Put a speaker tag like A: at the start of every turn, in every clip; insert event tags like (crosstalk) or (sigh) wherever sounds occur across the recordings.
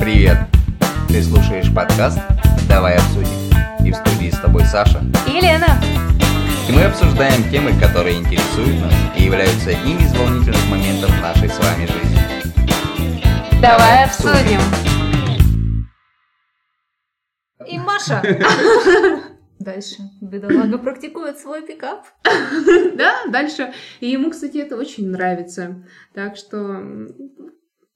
A: Привет! Ты слушаешь подкаст «Давай обсудим». И в студии с тобой Саша.
B: И Елена.
A: И мы обсуждаем темы, которые интересуют нас и являются одним из волнительных моментов нашей с вами жизни.
B: Давай, обсудим. И Маша.
C: (laughs) Дальше. Бедолага практикует свой пикап.
D: (laughs) Да, дальше. И ему, кстати, это очень нравится. Так что... м,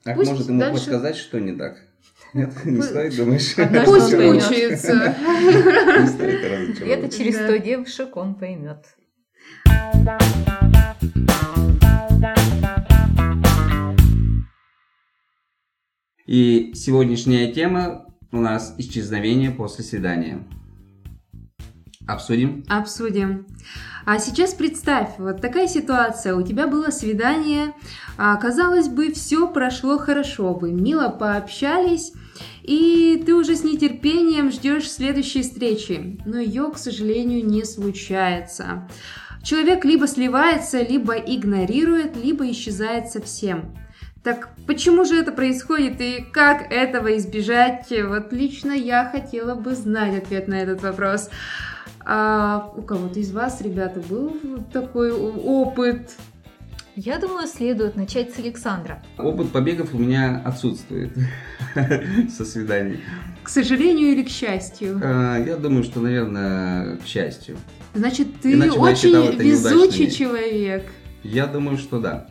A: Так
D: Пусть
A: может ему
D: дальше-
A: подсказать, что не так? (laughs) Нет, не
D: Пусть-
A: стоит, думаешь?
C: Однажды
D: Пусть
C: он поймёт.
D: мучается.
A: (laughs) Не стоит
C: И это
A: разочаровывать.
C: через
D: Да.
C: 100 девушек он поймет.
A: И сегодняшняя тема у нас исчезновение после свидания. Обсудим.
D: Обсудим. А сейчас представь, вот такая ситуация. У тебя было свидание, а, казалось бы, все прошло хорошо, вы мило пообщались, и ты уже с нетерпением ждешь следующей встречи. Но ее, к сожалению, не случается. Человек либо сливается, либо игнорирует, либо исчезает совсем. Так почему же это происходит и как этого избежать? Вот лично я хотела бы знать ответ на этот вопрос. А у кого-то из вас, ребята, был такой опыт?
C: Я думаю, следует начать с Александра.
A: Опыт побегов у меня отсутствует (laughs) со свиданий.
D: К сожалению или к счастью?
A: А, Я думаю, что, наверное, к счастью.
D: Значит, ты
A: Иначе бы я
D: очень
A: считал это
D: везучий
A: неудачными.
D: человек.
A: Я думаю, что да.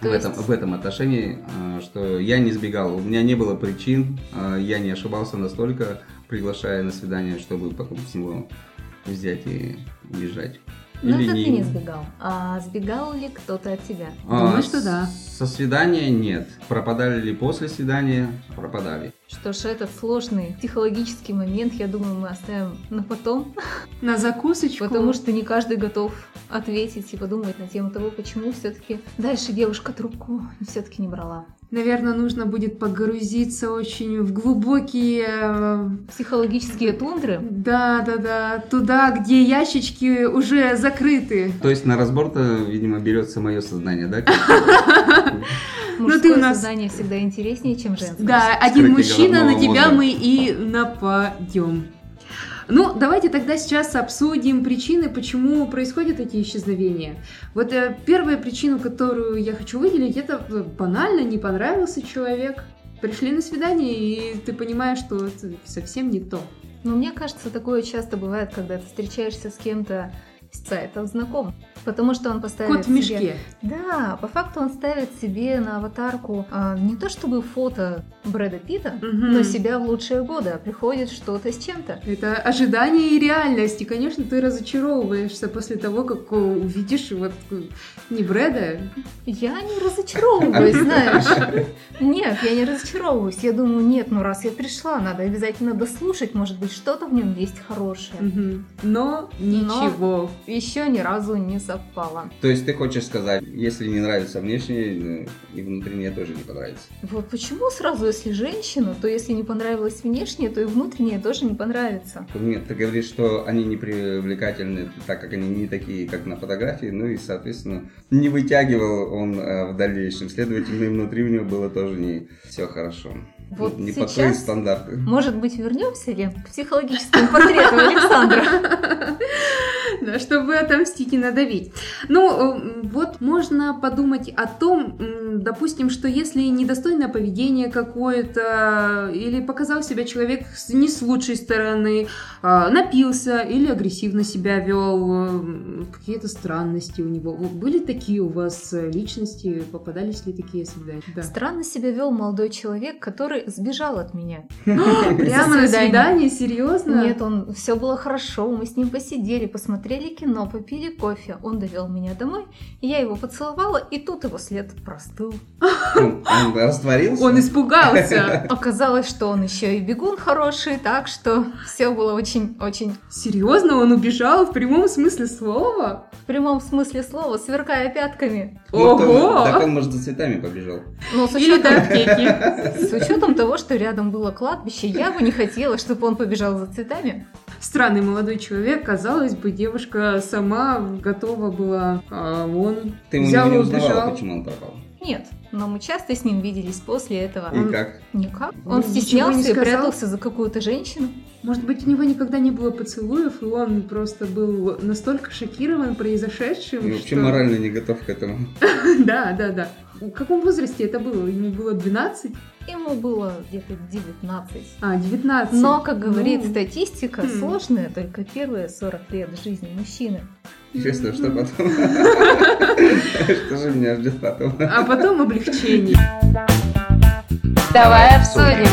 D: То
A: в,
D: есть-
A: этом, в этом отношении, а, что я не сбегал, у меня не было причин, а, я не ошибался настолько, приглашая на свидание, чтобы потом с него взять и убежать.
C: Но
D: Ну,
A: Или
C: Ну, это ты
A: не- А,
C: не сбегал. А сбегал ли кто-то от тебя?
D: Думаю, что да.
A: Со свидания нет. Пропадали ли после свидания? Пропадали.
C: Что ж, этот сложный психологический момент, я думаю, мы оставим на потом,
D: На закусочку.
C: потому что не каждый готов ответить и подумать на тему того, почему все-таки дальше девушка трубку все-таки не брала.
D: Наверное, нужно будет погрузиться очень в глубокие... э,
C: Психологические тундры.
D: Да-да-да, туда, где ящички уже закрыты.
A: То есть на разбор-то, видимо, берется мое
C: (laughs)
A: сознание, да?
C: Мужское
D: Ну, ты у нас-
C: сознание всегда интереснее, чем женское.
D: Да, один
A: Скрытый
D: мужчина, на
A: головного
D: тебя
A: мозга.
D: мы и нападем. Ну, давайте тогда сейчас обсудим причины, почему происходят эти исчезновения. Вот э, первая причина, которую я хочу выделить, это э, банально не понравился человек. Пришли на свидание, и ты понимаешь, что это совсем не то.
C: Но мне кажется, такое часто бывает, когда ты встречаешься с кем-то с сайтом знаком. Потому что он поставит
D: Кот в
C: себе-
D: мешке.
C: Да, по факту он ставит себе на аватарку а, не то чтобы фото Брэда Питта,
D: Мгм.
C: но себя в лучшие годы. а Приходит что-то с чем-то.
D: Это ожидание и реальность. И, конечно, ты разочаровываешься после того, как э, увидишь вот э, не Брэда.
C: Я не
D: (laughs)
C: разочаровываюсь, знаешь. Нет, я не разочаровываюсь. Я думаю, нет, ну раз я пришла, надо обязательно дослушать. Может быть, что-то в нем есть хорошее.
D: Мгм. Но ничего.
C: Еще ни разу не совпало.
A: То есть ты хочешь сказать, если не нравится внешнее, ну, и внутреннее тоже не понравится.
C: Вот почему сразу, если женщина, то если не понравилось внешнее, то и внутреннее тоже не понравится.
A: Нет, ты говоришь, что они не привлекательны, так как они не такие, как на фотографии, ну и, соответственно, не вытягивал он э, в дальнейшем. Следовательно, и внутри у него было тоже не все хорошо.
C: Вот
A: не по твоим
C: сейчас,
A: стандарты.
C: может быть, вернемся, Лен, к психологическому портрету Александра.
D: Да, чтобы отомстить и надавить. Ну, э, вот можно подумать о том, м, допустим, что если недостойное поведение какое-то, или показал себя человек с- не с лучшей стороны, а, напился или агрессивно себя вел, м, какие-то странности у него. Вот Были такие у вас э, личности, попадались ли такие свидания? (laughs)
C: (laughs)
D: Да.
C: Странно себя вел молодой человек, который сбежал от меня.
D: Прямо на свидание? Серьезно?
C: Нет, он все было хорошо, мы с ним посидели, посмотрели кино, попили кофе. Он довел меня домой, я его поцеловала, и тут его след простыл.
A: Он, (laughs) он растворился.
D: Он испугался.
C: Оказалось, что он еще и бегун хороший, так что все было очень-очень
D: Серьезно, он убежал в прямом смысле слова?
C: в прямом смысле слова, сверкая пятками.
A: Ну, кто-
D: Ого!
A: Так он, может, за цветами побежал.
C: Но с
D: Или до
C: учетом,
D: аптеки.
C: с учетом того, что рядом было кладбище, я бы не хотела, чтобы он побежал за цветами.
D: Странный молодой человек, казалось бы, девушка сама готова была, а он
A: Ты его
D: взял
A: не
D: и
A: узнавала,
D: убежал.
A: почему он пропал.
C: Нет, но мы часто с ним виделись после этого.
A: И как?
C: Никак.
A: Ну,
C: Он
D: ничего не
C: стеснялся и
D: сказал.
C: прятался за какую-то женщину.
D: Может быть, у него никогда не было поцелуев, и он просто был настолько шокирован произошедшим,
A: И вообще
D: что-
A: морально не готов к этому.
D: (laughs) Да, да, да. В каком возрасте это было? Ему было 12?
C: Ему было где-то 19.
D: А, 19.
C: Но, как говорит
D: Ну.
C: статистика,
D: Хм.
C: сложная только первые 40 лет жизни мужчины.
A: Честно, что
D: Мгм.
A: потом? Что же меня ждет потом?
D: А потом облегчение.
B: Давай обсудим.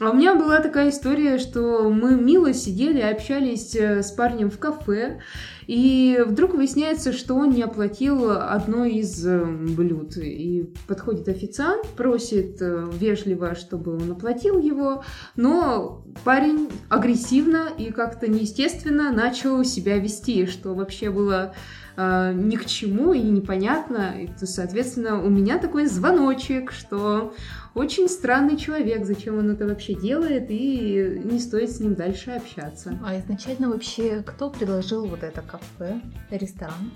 D: А у меня была такая история, что мы мило сидели, общались э, с парнем в кафе, и вдруг выясняется, что он не оплатил одно из э, блюд. И подходит официант, просит э, вежливо, чтобы он оплатил его, но парень агрессивно и как-то неестественно начал себя вести, что вообще было э, ни к чему и непонятно. И, то, соответственно, у меня такой звоночек, что очень странный человек, зачем он это вообще делает, и не стоит с ним дальше общаться.
C: А изначально вообще кто предложил вот это кафе, ресторан?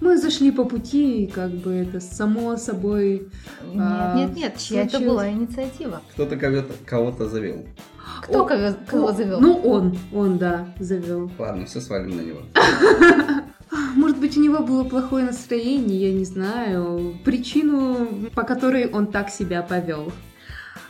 D: Мы зашли по пути, и как бы это само собой. А,
C: Нет, нет, нет, чья это
D: случилось-
C: была инициатива?
A: Кто-то кого-то- кого-то завел.
C: Кто
D: О,
C: кого, кого
D: О,
C: завел?
D: Ну, он, он, да, завел.
A: Ладно, все свалим на него.
D: А Может быть, у него было плохое настроение, я не знаю, причину, по которой он так себя повел.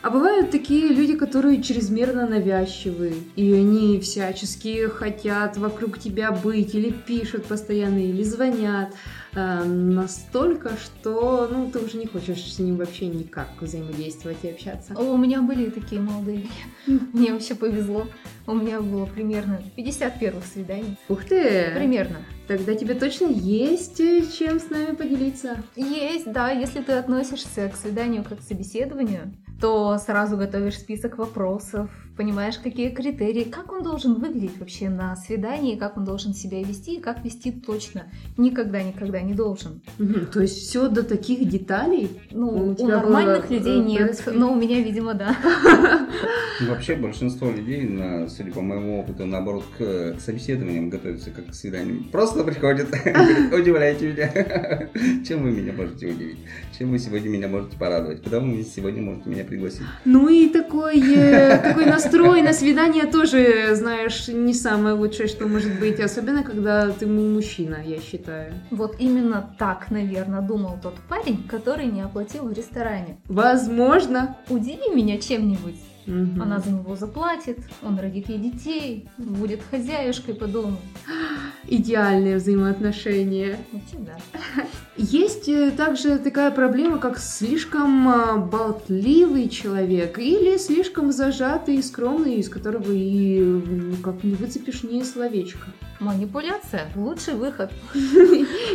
D: А бывают такие люди, которые чрезмерно навязчивы, и они всячески хотят вокруг тебя быть, или пишут постоянно, или звонят э, настолько, что ну, ты уже не хочешь с ним вообще никак взаимодействовать и общаться.
C: О, у меня были и такие молодые. Мне вообще повезло. У меня было примерно 50 первых свиданий.
D: Ух
C: Э.
D: ты!
C: Примерно.
D: Тогда тебе точно есть э, чем с нами поделиться.
C: Есть, да, если ты относишься к свиданию как к собеседованию, то сразу готовишь список вопросов, понимаешь, какие критерии, как он должен выглядеть вообще на свидании, как он должен себя вести и как вести точно. Никогда-никогда не должен.
D: Мгм, То есть все до таких деталей? У
C: Ну, у
D: тебя
C: нормальных
D: было,
C: людей
D: э,
C: нет,
D: происход-
C: но у меня, видимо, да.
A: И Вообще большинство людей, на- судя по моему опыту, наоборот, к собеседованиям готовятся как к свиданиям. Просто приходят, (laughs) говорят, удивляете меня. Чем вы меня можете удивить? Чем вы сегодня меня можете порадовать? Куда вы сегодня можете меня пригласить?
D: Ну и такой, э, такой настрой на свидание тоже, знаешь, не самое лучшее, что может быть. Особенно, когда ты му- мужчина, я считаю.
C: Вот именно так, наверное, думал тот парень, который не оплатил в ресторане.
D: Возможно.
C: Удиви меня чем-нибудь.
D: Мгм.
C: Она за него заплатит, он родит ей детей, будет хозяюшкой по дому.
D: Идеальные взаимоотношения.
C: Вообще, да.
D: Есть э, также такая проблема, как слишком э, болтливый человек или слишком зажатый и скромный, из которого и м, как не выцепишь ни словечко. (laughs)
C: Манипуляция – лучший выход.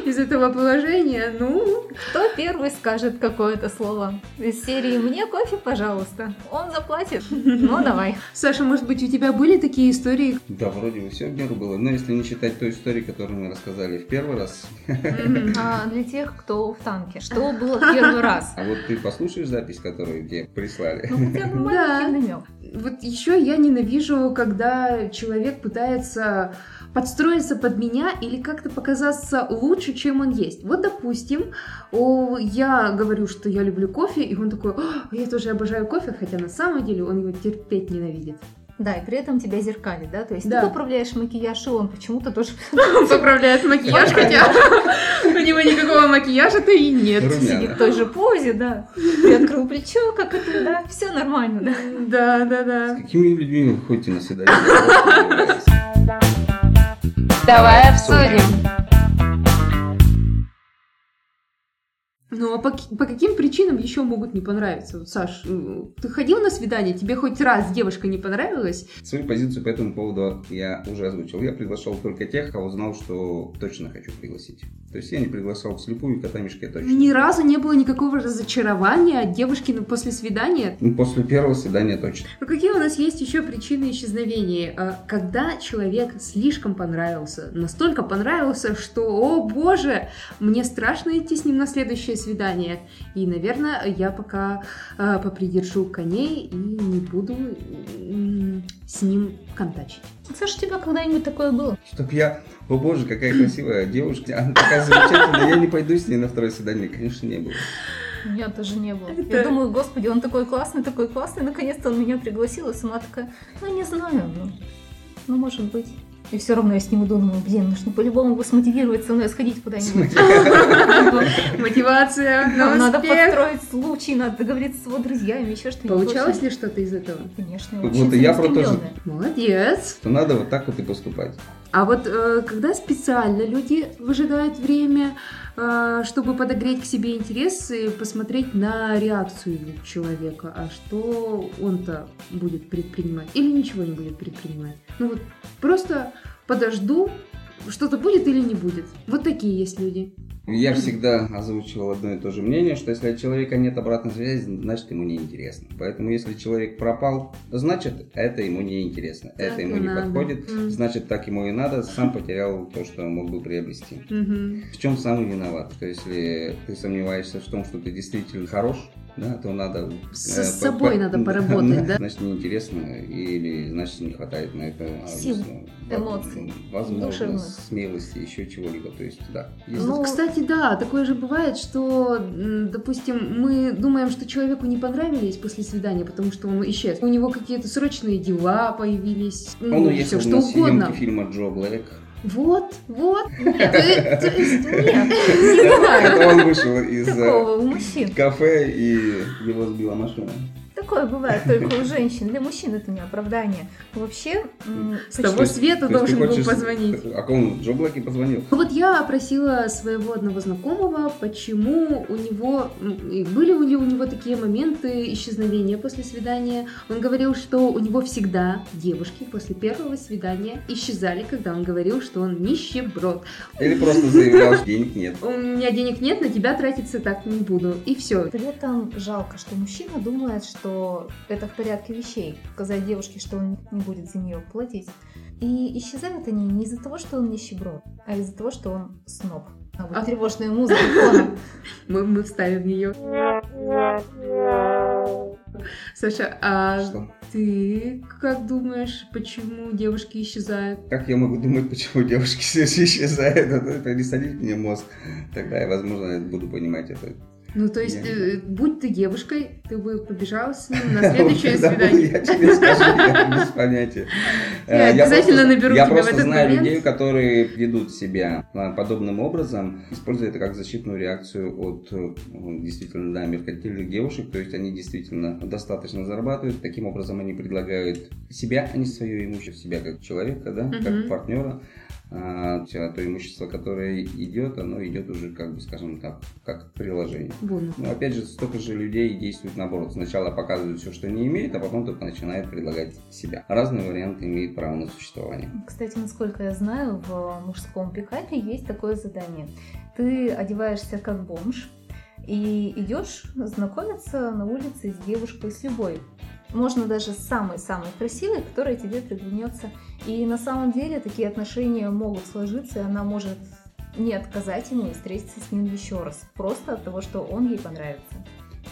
D: Из этого положения, ну,
C: Кто первый скажет какое-то слово? Из серии «Мне кофе, пожалуйста». Он заплатит.
D: (laughs)
C: Ну, давай.
D: Саша, может быть, у тебя были такие истории?
A: Да, вроде бы все в меру было. Но если не считать той истории, которую мы рассказали в первый раз,
C: А для тех, кто в танке, что было в первый раз?
A: а вот ты послушаешь запись, которую тебе прислали.
C: Ну, хотя бы маленький
D: Да.
C: намек.
D: Вот еще я ненавижу, когда человек пытается подстроиться под меня или как-то показаться лучше, чем он есть. Вот, допустим, о, я говорю, что я люблю кофе, и он такой, «А, я тоже обожаю кофе, хотя на самом деле он его терпеть ненавидит.
C: Да, и при этом тебя зеркалит, да? То есть
D: Да.
C: ты поправляешь макияж, и он почему-то тоже...
D: Он поправляет макияж, (laughs) хотя у него никакого макияжа-то и нет.
C: сидит
A: Румяна.
C: в той же позе, да. Ты открыл плечо, как это, да. Все нормально, да.
D: Да, да, да.
A: С какими людьми вы ходите на свидание? Я просто удивляюсь.
B: Давай обсудим.
D: Ну а по, ки- по каким причинам еще могут не понравиться? Вот, Саш, м, ты ходил на свидание, тебе хоть раз девушка не понравилась?
A: Свою позицию по этому поводу я уже озвучил. Я приглашал только тех, кого знал, что точно хочу пригласить. То есть я не приглашал вслепую кота мешке точно.
D: Ни разу не было никакого разочарования от девушки на- после свидания.
A: Ну, После первого свидания точно.
D: Ну какие у нас есть еще причины исчезновения? А, Когда человек слишком понравился, настолько понравился, что, о боже, мне страшно идти с ним на следующее свидание. И, наверное, я пока э, попридержу коней и не буду м, с ним
C: (laughs)
D: контачить.
C: Саша, у тебя когда-нибудь такое было?
A: Чтоб я, о боже, какая красивая девушка, она такая замечательная, я не пойду с ней на второе свидание, конечно, не было.
C: У меня тоже не было.
D: Это-
C: Я думаю, господи, он такой классный, такой классный, наконец-то он меня пригласил, и сама такая, ну, не знаю, ну, ну, может быть. И все равно я с ним думаю, блин, нужно по-любому его смотивировать со мной сходить куда-нибудь.
D: Мотивация
C: Нам
D: на
C: надо
D: успех.
C: подстроить случай, надо договориться с его друзьями, еще что-нибудь.
D: Получалось ли что-то из этого?
C: Конечно,
A: Вот
C: очень
A: и я про то же.
C: целеустремлённая.
D: Молодец.
A: Что надо вот так вот и поступать.
D: А вот э, когда специально люди выжидают время, э, чтобы подогреть к себе интерес и посмотреть на реакцию человека, а что он-то будет предпринимать или ничего не будет предпринимать. Ну вот просто подожду, что-то будет или не будет. Вот такие есть люди.
A: Я всегда озвучивал одно и то же мнение, что если от человека нет обратной связи, значит ему не интересно. Поэтому если человек пропал, значит это ему не интересно, это
D: Так
A: ему
D: и
A: не
D: надо.
A: подходит,
D: Мгм.
A: значит так ему и надо, сам потерял то, что мог бы приобрести.
D: Мгм.
A: В чем сам и виноват? Что если ты сомневаешься в том, что ты действительно хорош, да, то надо... э,
D: С собой надо поработать, да?
A: Значит, неинтересно или, значит, не хватает на это...
C: Сил,
A: ну, во-
C: эмоций,
A: Возможно,
C: душевных.
A: смелости, еще чего-либо. То есть, да. Есть-
D: Вот,
C: Ну,
D: кстати, да, такое же бывает, что, м, допустим, мы думаем, что человеку не понравились после свидания, потому что он исчез. У него какие-то срочные дела появились,
A: Он
D: ну, все
A: уехал
D: что
A: на
D: угодно.
A: съемки фильма Джо Блэк.
D: Вот, вот.
C: Нет, то есть нет, не бывает
A: Это Он вышел из э,
C: такого у мужчин.
A: кафе и его сбила машина.
C: Такое бывает только у женщин. Для мужчин это не оправдание. Вообще, м,
D: С того
A: есть-
D: света
A: То есть ты
D: должен был
A: хочешь-
D: позвонить.
A: А он Джо Блэк и позвонил.
D: Ну Вот я опросила своего одного знакомого, почему у него м, и были ли у него такие моменты исчезновения после свидания. Он говорил, что у него всегда девушки после первого свидания исчезали, когда он говорил, что он нищеброд.
A: Или просто заявлял, что денег нет.
D: У меня денег нет, на тебя тратиться так не буду. И все.
C: При этом жалко, что мужчина думает, что это в порядке вещей. Сказать девушке, что он не будет за нее платить. И исчезают они не из-за того, что он нищеброд, а из-за того, что он сноб. А вот
D: А-
C: тревожная музыка фоном.
D: Мы, мы вставим ее. Саша, а
A: Что?
D: ты как думаешь, почему девушки исчезают?
A: Как я могу думать, почему девушки (laughs) все исчезают? Это Пересадить мне мозг. Тогда я, возможно, буду понимать это.
D: Ну, то есть,
A: Я-
D: э, будь ты девушкой, ты бы побежала с
A: (laughs)
D: ним на следующее
A: Вот когда буду,
D: свидание.
A: Я тебе скажу, я
D: (laughs)
A: без понятия.
D: Я
A: Э,
D: обязательно
A: просто-
D: наберу
A: Я
D: тебя в
A: просто
D: этот
A: знаю
D: момент.
A: людей, которые ведут себя а, подобным образом, используя это как защитную реакцию от э, действительно, да, меркантильных девушек. То есть они действительно достаточно зарабатывают. Таким образом они предлагают себя, а не свое имущество, себя как человека, да,
D: Мгм.
A: как партнера. А всё, а то имущество, которое идет, оно идет уже, как бы, скажем так, как приложение.
D: Вон.
A: Ну, опять же, столько же людей действует наоборот. Сначала показывают все, что не имеет, а потом только начинает предлагать себя. Разные варианты имеют право на существование.
C: Кстати, насколько я знаю, в мужском пикапе есть такое задание. Ты одеваешься как бомж и идешь знакомиться на улице с девушкой, с любой. Можно даже с самой-самой красивой, которая тебе приглянется. И на самом деле такие отношения могут сложиться, и она может не отказать ему и встретиться с ним еще раз. Просто от того, что он ей понравится.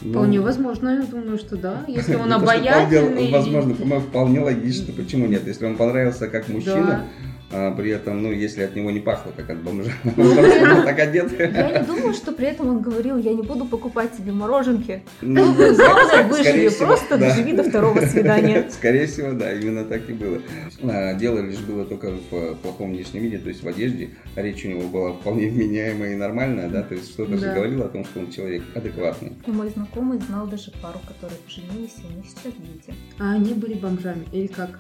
A: Ну,
D: Вполне возможно, я думаю, что
A: (laughs)
D: да. Если он
A: то, что
D: обаятельный.
A: вполне Возможно, по-моему, вполне логично. Почему нет? Если он понравился как мужчина, а, при этом, ну, если от него не пахло, как
D: (laughs)
A: от бомжа, потому что он был так одет.
C: Я не думаю, что при этом он говорил, я не буду покупать тебе мороженки.
A: Ну, да,
C: Главное,
A: ск- скорее
C: выживи,
A: всего,
C: просто
A: да.
C: доживи до второго свидания.
A: (laughs) Скорее всего, да, именно так и было. А, Дело лишь было только в э, плохом внешнем виде, то есть в одежде. Речь у него была вполне вменяемая и нормальная, да, то есть что-то
D: Да.
A: же говорило о том, что он человек адекватный. (laughs)
C: И мой знакомый знал даже пару, которые поженились, и у них сейчас дети.
D: А они были бомжами. Или
A: (laughs)
D: как?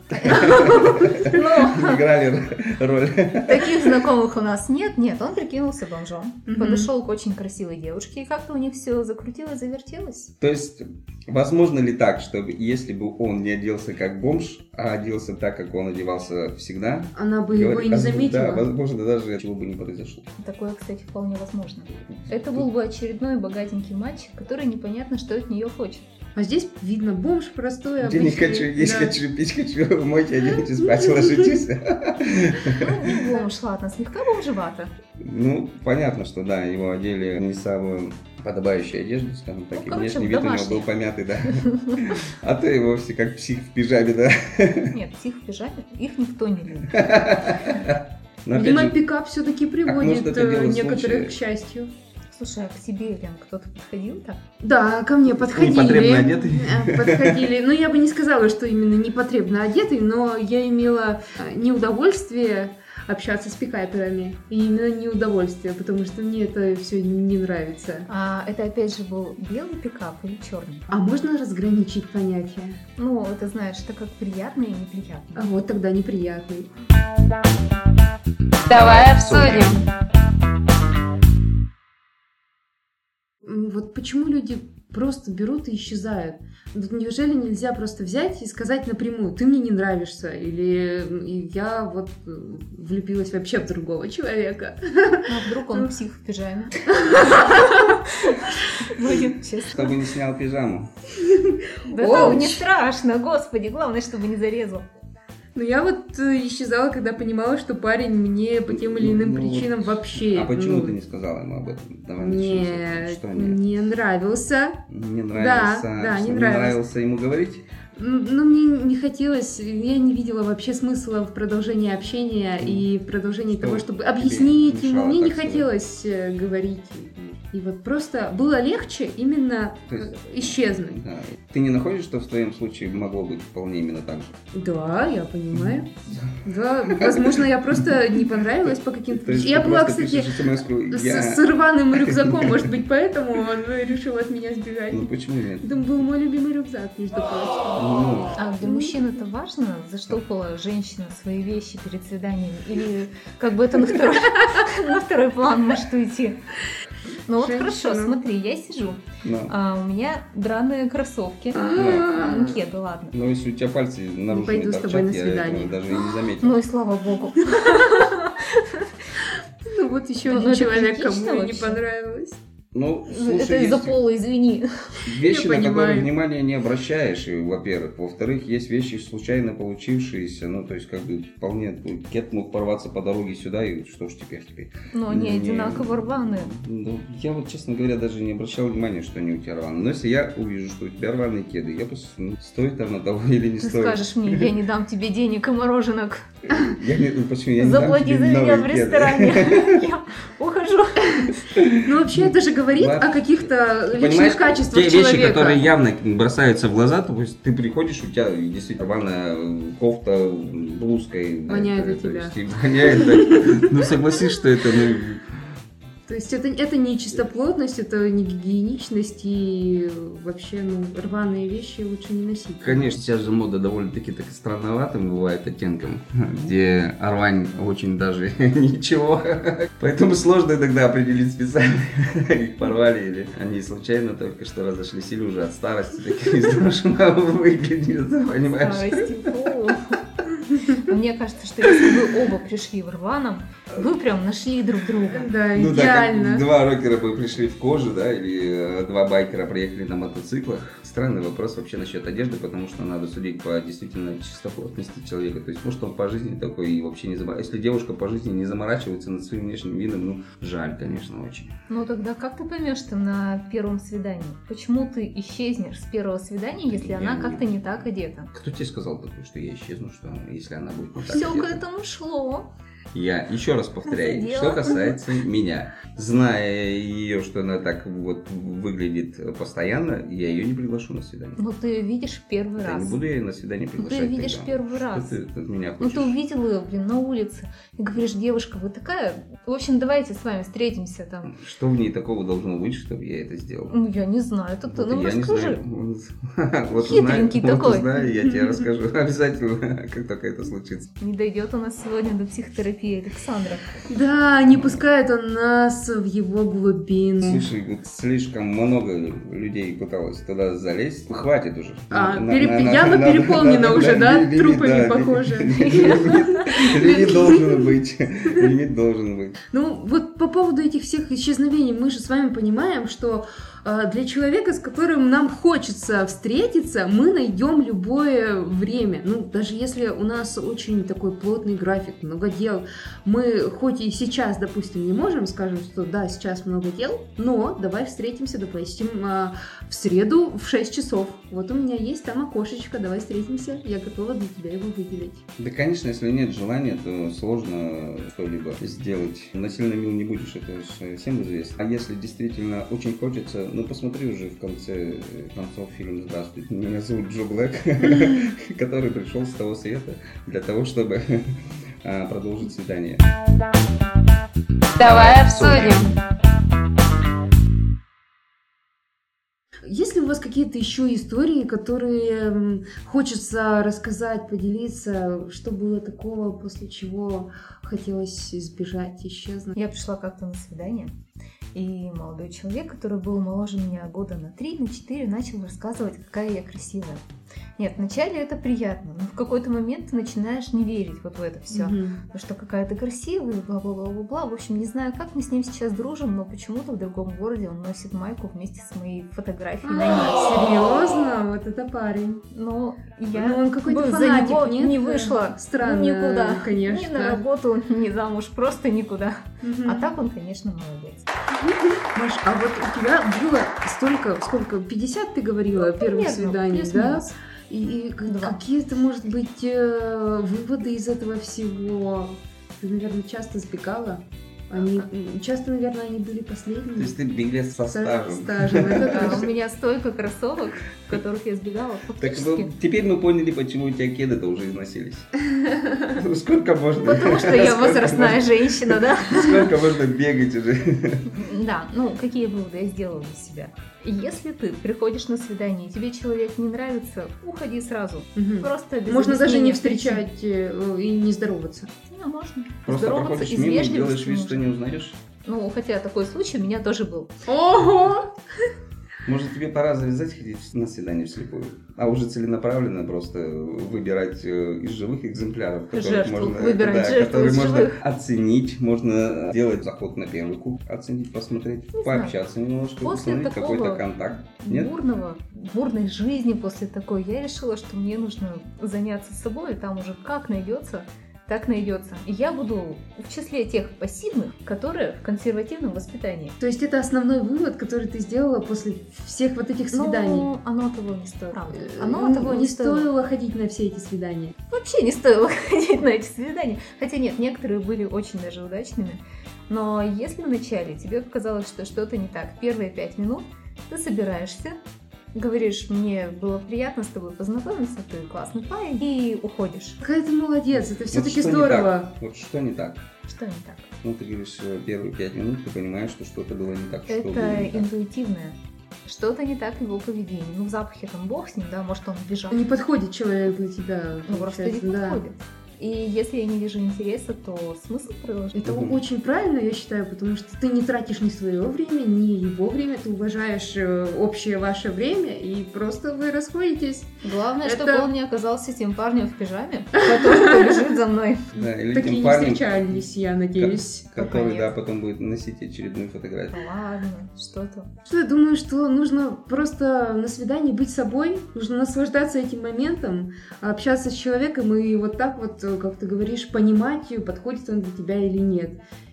C: Но
A: Играли р- роль. (laughs)
C: таких знакомых у нас нет. Нет, он прикинулся бомжом.
D: Мгм.
C: Подошел к очень красивой девушке, и как-то у них все закрутилось, завертелось.
A: То есть, возможно ли так, чтобы если бы он не оделся как бомж, а оделся так, как он одевался всегда,
D: Она бы его
A: говорит,
D: и не
A: возможно, Да,
D: заметила.
A: возможно, даже чего бы не произошло.
C: Такое, кстати, вполне возможно. Это был бы очередной богатенький мальчик, который непонятно, что от нее хочет.
D: А здесь видно бомж простой,
A: Я не
D: обычный,
A: хочу, есть
D: да.
A: хочу, пить хочу, (laughs) мойте, оденьте, спать
D: (laughs)
A: ложитесь.
C: Ну, не бомж, ладно, слегка бомжевато. (laughs)
A: Ну, понятно, что да, его одели не самую подобающую одежду, скажем так,
C: Ну,
A: и
C: короче,
A: внешний вид у него
C: домашний.
A: был помятый, да. А то и вовсе как псих в
D: (laughs)
A: пижаме, да.
C: Нет, псих в пижаме, их никто не любит.
A: Но опять
D: Видимо,
A: же,
D: пикап все-таки
A: может,
D: приводит
A: это
D: э,
A: ну, дело случая.
D: некоторых к счастью.
C: Слушай, а к тебе, Лен, кто-то подходил так?
D: Да, ко мне подходили.
A: непотребно одетый.
D: Э, Подходили. Ну, я бы не сказала, что именно непотребно одетый, но я имела э, неудовольствие общаться с пикаперами. И именно неудовольствие, потому что мне это все не нравится.
C: А это опять же был белый пикап или черный?
D: А можно разграничить понятия?
C: Ну, ты знаешь, это как приятно и неприятно.
D: А вот тогда неприятный.
B: Давай обсудим.
D: М, Вот почему люди просто берут и исчезают? Вот неужели нельзя просто взять и сказать напрямую, ты мне не нравишься, или м, и я вот э, влюбилась вообще в другого человека?
C: Ну, а вдруг он псих в (laughs) пижаме? Блин, честно.
A: Чтобы не снял пижаму.
C: Да там
D: Оуч.
C: не страшно, господи, главное, чтобы не зарезал.
D: Ну, я вот э, исчезала, когда понимала, что парень мне по тем или иным
A: Ну, вот.
D: причинам вообще...
A: А почему
D: ну,
A: ты не сказала ему об этом? Давай начнем с этого.
D: не,
A: Что мне?
D: не нравился.
A: Не
D: Да,
A: нравился.
D: да, не
A: что,
D: нравилось.
A: нравился ему говорить?
D: М, Ну, мне не хотелось, я не видела вообще смысла в продолжении общения
A: Мгм.
D: и в продолжении
A: Что
D: того, чтобы
A: тебе
D: объяснить ему.
A: мешало
D: Мне не
A: так сказать?
D: хотелось э, говорить. И вот просто было легче именно
A: То есть-
D: э, исчезнуть.
A: Да. Ты не находишь, что в твоем случае могло быть вполне именно так же?
D: Да, я понимаю. Да, возможно, я просто не понравилась по каким-то
A: То есть
D: причинам. Я
A: ты
D: была,
A: просто
D: кстати,
A: пишешь смс-ку,
D: с,
A: я...
D: с рваным рюкзаком, может быть,
A: (laughs)
D: поэтому он э, решил от меня сбегать.
A: Ну почему нет?
D: Там был мой любимый рюкзак, между прочим.
A: Ну,
C: А для мужчин это важно, заштопала женщина свои вещи перед свиданием? Или как бы это на второй, (laughs) на второй план может уйти? Ну вот хорошо,
D: Женщина.
C: смотри, я сижу,
A: ну.
C: а у меня драные кроссовки,
A: Да.
D: А.
C: ну кеды, ладно.
A: Ну, если у тебя пальцы наружу
D: пойду с
A: торчат,
D: тобой на
A: я этого
D: свидание.
A: даже и не заметил.
C: Ну и слава богу.
D: Ну вот еще
C: Ну,
D: один
C: это
D: человек,
C: критично
D: кому я не
C: вообще.
D: понравилось.
A: Ну,
C: Ну,
A: слушай,
C: Это
A: есть
C: из-за пола, извини.
A: вещи,
D: Я
A: на которые
D: понимаю.
A: внимания не обращаешь, и, во-первых. Во-вторых, есть вещи, случайно получившиеся. Ну, то есть, как бы, вполне ну, кет мог порваться по дороге сюда, и что ж теперь теперь.
C: Но Ну, они
A: Не,
C: одинаково рваные.
A: Ну, я вот, честно говоря, даже не обращал внимания, что они у тебя рваные. Но если я увижу, что у тебя рваные кеды, я посмотрю, стоит она того (laughs) или не
C: Ты
A: стоит.
C: скажешь мне, я не дам тебе денег и мороженок.
A: (laughs) Я не, ну, почему я не дам
C: Заплати
A: тебе
C: за меня
A: новые
C: в
A: кеды?
C: ресторане.
A: (laughs)
C: Я ухожу.
D: Ну, вообще, это же говорит
A: Ладно.
D: о каких-то
A: Понимаешь,
D: личных качествах
A: те вещи,
D: человека.
A: которые явно бросаются в глаза, то есть ты приходишь, у тебя действительно рваная э, кофта, э, блузка. и, да,
D: Воняет
A: это-
D: от тебя.
A: то есть и воняет, да. (laughs) Ну согласись, что это, ну,
D: То есть это, это не чистоплотность, это не гигиеничность и вообще ну, рваные вещи лучше не носить.
A: конечно, сейчас же мода довольно-таки так странноватым бывает оттенком, где рвань очень даже (laughs) ничего. Поэтому сложно иногда определить специально, их порвали или они случайно только что разошлись или уже от старости (laughs) такие изношенно выглядели, понимаешь?
C: Здрасте. О. Мне кажется, что если бы оба пришли в рваном, вы прям нашли друг друга.
D: Да,
A: Ну да, как
D: идеально.
A: два рокера бы пришли в коже, да, или э, два байкера приехали на мотоциклах. Странный вопрос вообще насчет одежды, потому что надо судить по действительно чистоплотности человека. То есть, может, он по жизни такой и вообще не заморачивается. Если девушка по жизни не заморачивается над своим внешним видом, ну, жаль, конечно, очень.
C: Ну тогда как ты поймешь ты на первом свидании? Почему ты исчезнешь с первого свидания, если
A: Я
C: она
A: не-
C: как-то не так одета?
A: Кто тебе сказал такое, что я исчезну, что если она будет не так
C: Все к
A: одета?
C: этому шло.
A: Я еще раз повторяю,
C: Задела.
A: что касается меня. Зная ее, что она так вот выглядит постоянно, я ее не приглашу на свидание.
C: Но ты ее видишь первый
A: Да
C: раз.
A: не буду я ее на свидание
C: Ну,
A: приглашать.
C: ты ее видишь
A: тогда.
C: первый раз.
A: Что ты от меня
C: Ну
A: хочешь?
C: ты увидел ее, блин, на улице и говоришь, девушка, вы такая. В общем, давайте с вами встретимся там.
A: Что в ней такого должно быть, чтобы я это сделал?
C: Ну я не знаю, ну, это ты
A: Вот
C: нам
A: я не
C: расскажи.
A: знаю. Вот (laughs)
C: Хитренький
A: узнаю-
C: такой.
A: Вот узнаю,
C: (laughs)
A: я тебе расскажу (laughs) обязательно, как только это случится.
C: Не дойдет у нас сегодня до психотерапии
A: (laughs)
C: Александра.
D: Да, не пускает он нас в его глубины.
A: Слушай, вот слишком много людей пыталось туда залезть. Ну, Хватит уже.
D: А,
A: На-
D: переп-
A: на- на-
D: яма
A: на-
D: переполнена
A: на-
D: уже, да,
A: лимит,
D: трупами
A: да,
D: похоже.
A: (laughs) лимит- Лимит
C: (laughs)
A: должен быть. Лимит должен быть.
D: Ну, вот по поводу этих всех исчезновений, мы же с вами понимаем, что э, для человека, с которым нам хочется встретиться, мы найдем любое время. Ну, даже если у нас очень такой плотный график, много дел, мы хоть и сейчас, допустим, не можем, скажем, что да, сейчас много дел, но давай встретимся, допустим, а, в среду в 6 часов. Вот у меня есть там окошечко, давай встретимся, я готова для тебя его выделить.
A: Да, конечно, если нет желания, то сложно что-либо сделать. Насильно мил не будешь, это же всем известно. А если действительно очень хочется, ну посмотри уже в конце э, концов фильм «Здравствуйте, меня зовут Джо Блэк», (laughs) который пришел с того света для того, чтобы а, продолжить свидание.
B: Давай обсудим.
D: Есть ли у вас какие-то еще истории, которые м, хочется рассказать, поделиться, что было такого, после чего хотелось избежать, исчезнуть?
C: Я пришла как-то на свидание, и молодой человек, который был моложе меня года на три, на четыре, начал рассказывать, какая я красивая. Нет, вначале это приятно, но в какой-то момент ты начинаешь не верить вот в это все.
D: Мгм.
C: Потому что какая ты красивая, бла-бла-бла-бла-бла. В общем, не знаю, как мы с ним сейчас дружим, но почему-то в другом городе он носит майку вместе с моей фотографией на ней.
D: Серьезно? Вот это парень.
C: Но я
D: А! Ну, он какой-то
C: бы
D: фанатик,
C: за него
D: нет?
C: не вышла Ну,
D: Странно,
C: никуда.
D: конечно.
C: Ни на работу, ни замуж, просто никуда.
D: Мгм.
C: А так он, конечно, молодец.
D: Маш, а вот у тебя было столько, сколько, 50 ты говорила,
C: Ну,
D: первых
C: Примерно,
D: свиданий, да?
C: плюс-минус.
D: И, и к-
C: Два.
D: какие-то, может быть, э, выводы из этого всего? Ты, наверное, часто сбегала? Они, м, часто, наверное, они были
A: То
D: последними.
A: есть ты беглец со
D: Ста-
A: стажем.
D: стажем, это
C: Да, у
D: точно.
C: меня столько кроссовок, в которых я сбегала
A: Так
C: фактически.
A: ну, теперь мы поняли, почему у тебя кеды-то
C: (laughs)
A: уже износились. Ну, Сколько можно?
C: Потому что я
A: Сколько можно-
C: возрастная женщина, да?
A: Сколько можно бегать уже?
C: Да, ну какие выводы я сделала для себя? Если ты приходишь на свидание, и тебе человек не нравится, уходи сразу.
D: Мгм.
C: Просто без
D: Можно даже не
C: объяснения.
D: встречать э, и не здороваться.
C: Ну, можно.
A: Просто
C: Здороваться
A: проходишь
C: из
A: мимо и
C: вежливости
A: делаешь вид, что
C: нужно.
A: не узнаешь.
C: Ну, хотя такой случай у меня тоже был.
D: Ого!
A: Может, тебе пора завязать ходить на свидание вслепую? А уже целенаправленно просто выбирать э, из живых экземпляров, которых
C: Жертву.
A: можно,
C: Выбирать жертву
A: которые
C: из
A: можно
C: живых.
A: оценить, можно делать заход на первый круг, оценить, посмотреть,
C: Не знаю.
A: пообщаться немножко,
C: После
A: установить
C: такого
A: какой-то контакт. Нет?
C: бурного, бурной жизни после такой, я решила, что мне нужно заняться собой, и там уже как найдется, так найдется. И я буду в числе тех пассивных, которые в консервативном воспитании.
D: То есть это основной вывод, который ты сделала после всех вот этих
C: Ну,
D: свиданий.
C: Но оно того не стоило. Правда.
D: Э,
C: Оно а ну, того
D: не
C: не стоило.
D: стоило ходить на все эти свидания.
C: Вообще не стоило (laughs) ходить на эти свидания. Хотя нет, некоторые были очень даже удачными. Но если вначале тебе показалось, что что-то не так, первые пять минут ты собираешься, говоришь, мне было приятно с тобой познакомиться, ты классный парень, и уходишь.
D: Какая ты молодец, это все-таки
A: что не
D: здорово.
A: так? Вот что не так?
C: Что не так?
A: Ну, ты говоришь, э, первые пять минут ты понимаешь, что что-то было не так, что было
C: Это
A: не так.
C: интуитивное. Что-то не так в его поведении. Ну, в запахе там бог с ним, да, может, он бежал.
D: Не подходит человек для тебя.
C: Ну, просто не
D: получается, да.
C: подходит. И если я не вижу интереса, то смысл продолжать?
D: Это
A: Мгм.
D: очень правильно, я считаю, потому что ты не тратишь ни свое время, ни его время, ты уважаешь э, общее ваше время, и просто вы расходитесь.
C: Главное,
D: Это-
C: чтобы он не оказался тем парнем в пижаме, который побежит за мной.
A: Да, или
D: Такие
A: тем
D: не
A: парнем,
D: встречались, я надеюсь.
A: который, да,
C: Наконец.
A: потом будет носить очередную фотографию.
C: Ладно, что то.
D: Что я думаю, что нужно просто на свидании быть собой, нужно наслаждаться этим моментом, общаться с человеком и вот так вот, э, как ты говоришь, понимать, э, подходит он для тебя или нет.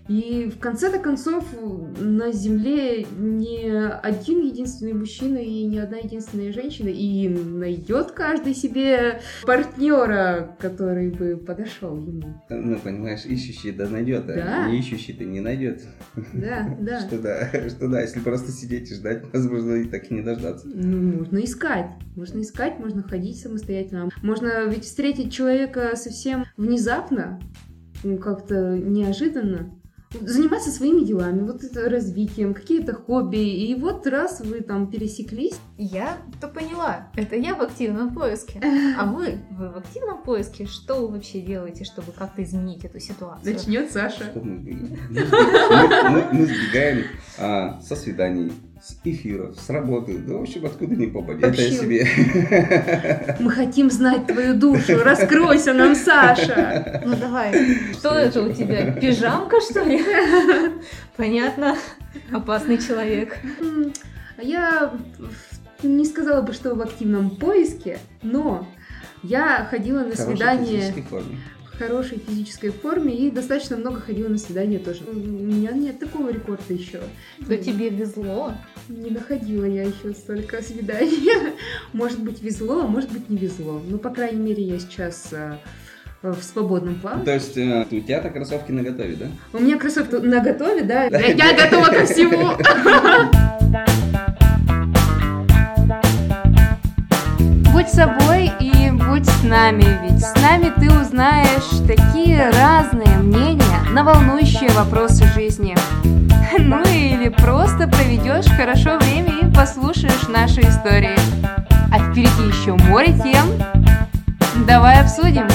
D: И в конце-то концов э, на Земле не один единственный мужчина и не одна единственная женщина, и найдет каждый себе партнера, который бы подошел
A: (laughs)
D: ему.
A: Ну, понимаешь, ищущий да найдет,
D: Да.
A: а не ищущий да
C: (laughs)
A: не найдет.
C: А,
D: Да, да.
A: Что да, (laughs) что да, если просто сидеть и ждать, (laughs) возможно, и так и не дождаться.
D: Ну, можно искать. Можно искать, можно ходить самостоятельно. Можно ведь встретить человека совсем внезапно, ну, как-то неожиданно. Заниматься своими делами, вот это развитием, какие-то хобби. И вот раз вы там пересеклись,
C: Я-то поняла, это я в активном поиске. А вы, вы в активном поиске, что вы вообще делаете, чтобы как-то изменить эту ситуацию?
D: начнет Саша.
A: Что мы сбегаем? Мы сбегаем- мы- мы- Мы сбегаем а, со свиданий, с эфиров, с работы, да, в общем, откуда ни попади. Это я
D: Вообще.
A: себе.
D: Мы хотим знать твою душу. Раскройся нам, Саша.
A: (laughs)
C: Ну давай, что это у тебя? Пижамка, что ли? Понятно. Опасный человек.
D: М, А Я в- не сказала бы, что в активном поиске, но я ходила на
A: Хорошей
D: свидание
A: физической форме.
D: в хорошей физической форме и достаточно много ходила на свидание тоже. У меня нет такого рекорда еще.
C: То тебе везло.
D: Не находила я еще столько свиданий. (laughs) Может быть, везло, а может быть, не везло. Но, по крайней мере, я сейчас э, э, в свободном плавании.
A: То есть э, у тебя-то кроссовки наготове, да?
D: У меня кроссовки на готове, да? Я, я готова ко всему.
B: Будь собой и будь с нами, ведь с нами ты узнаешь такие разные мнения на волнующие вопросы жизни. Ну или просто проведешь хорошо время и послушаешь наши истории. А впереди еще море тем. Давай обсудим.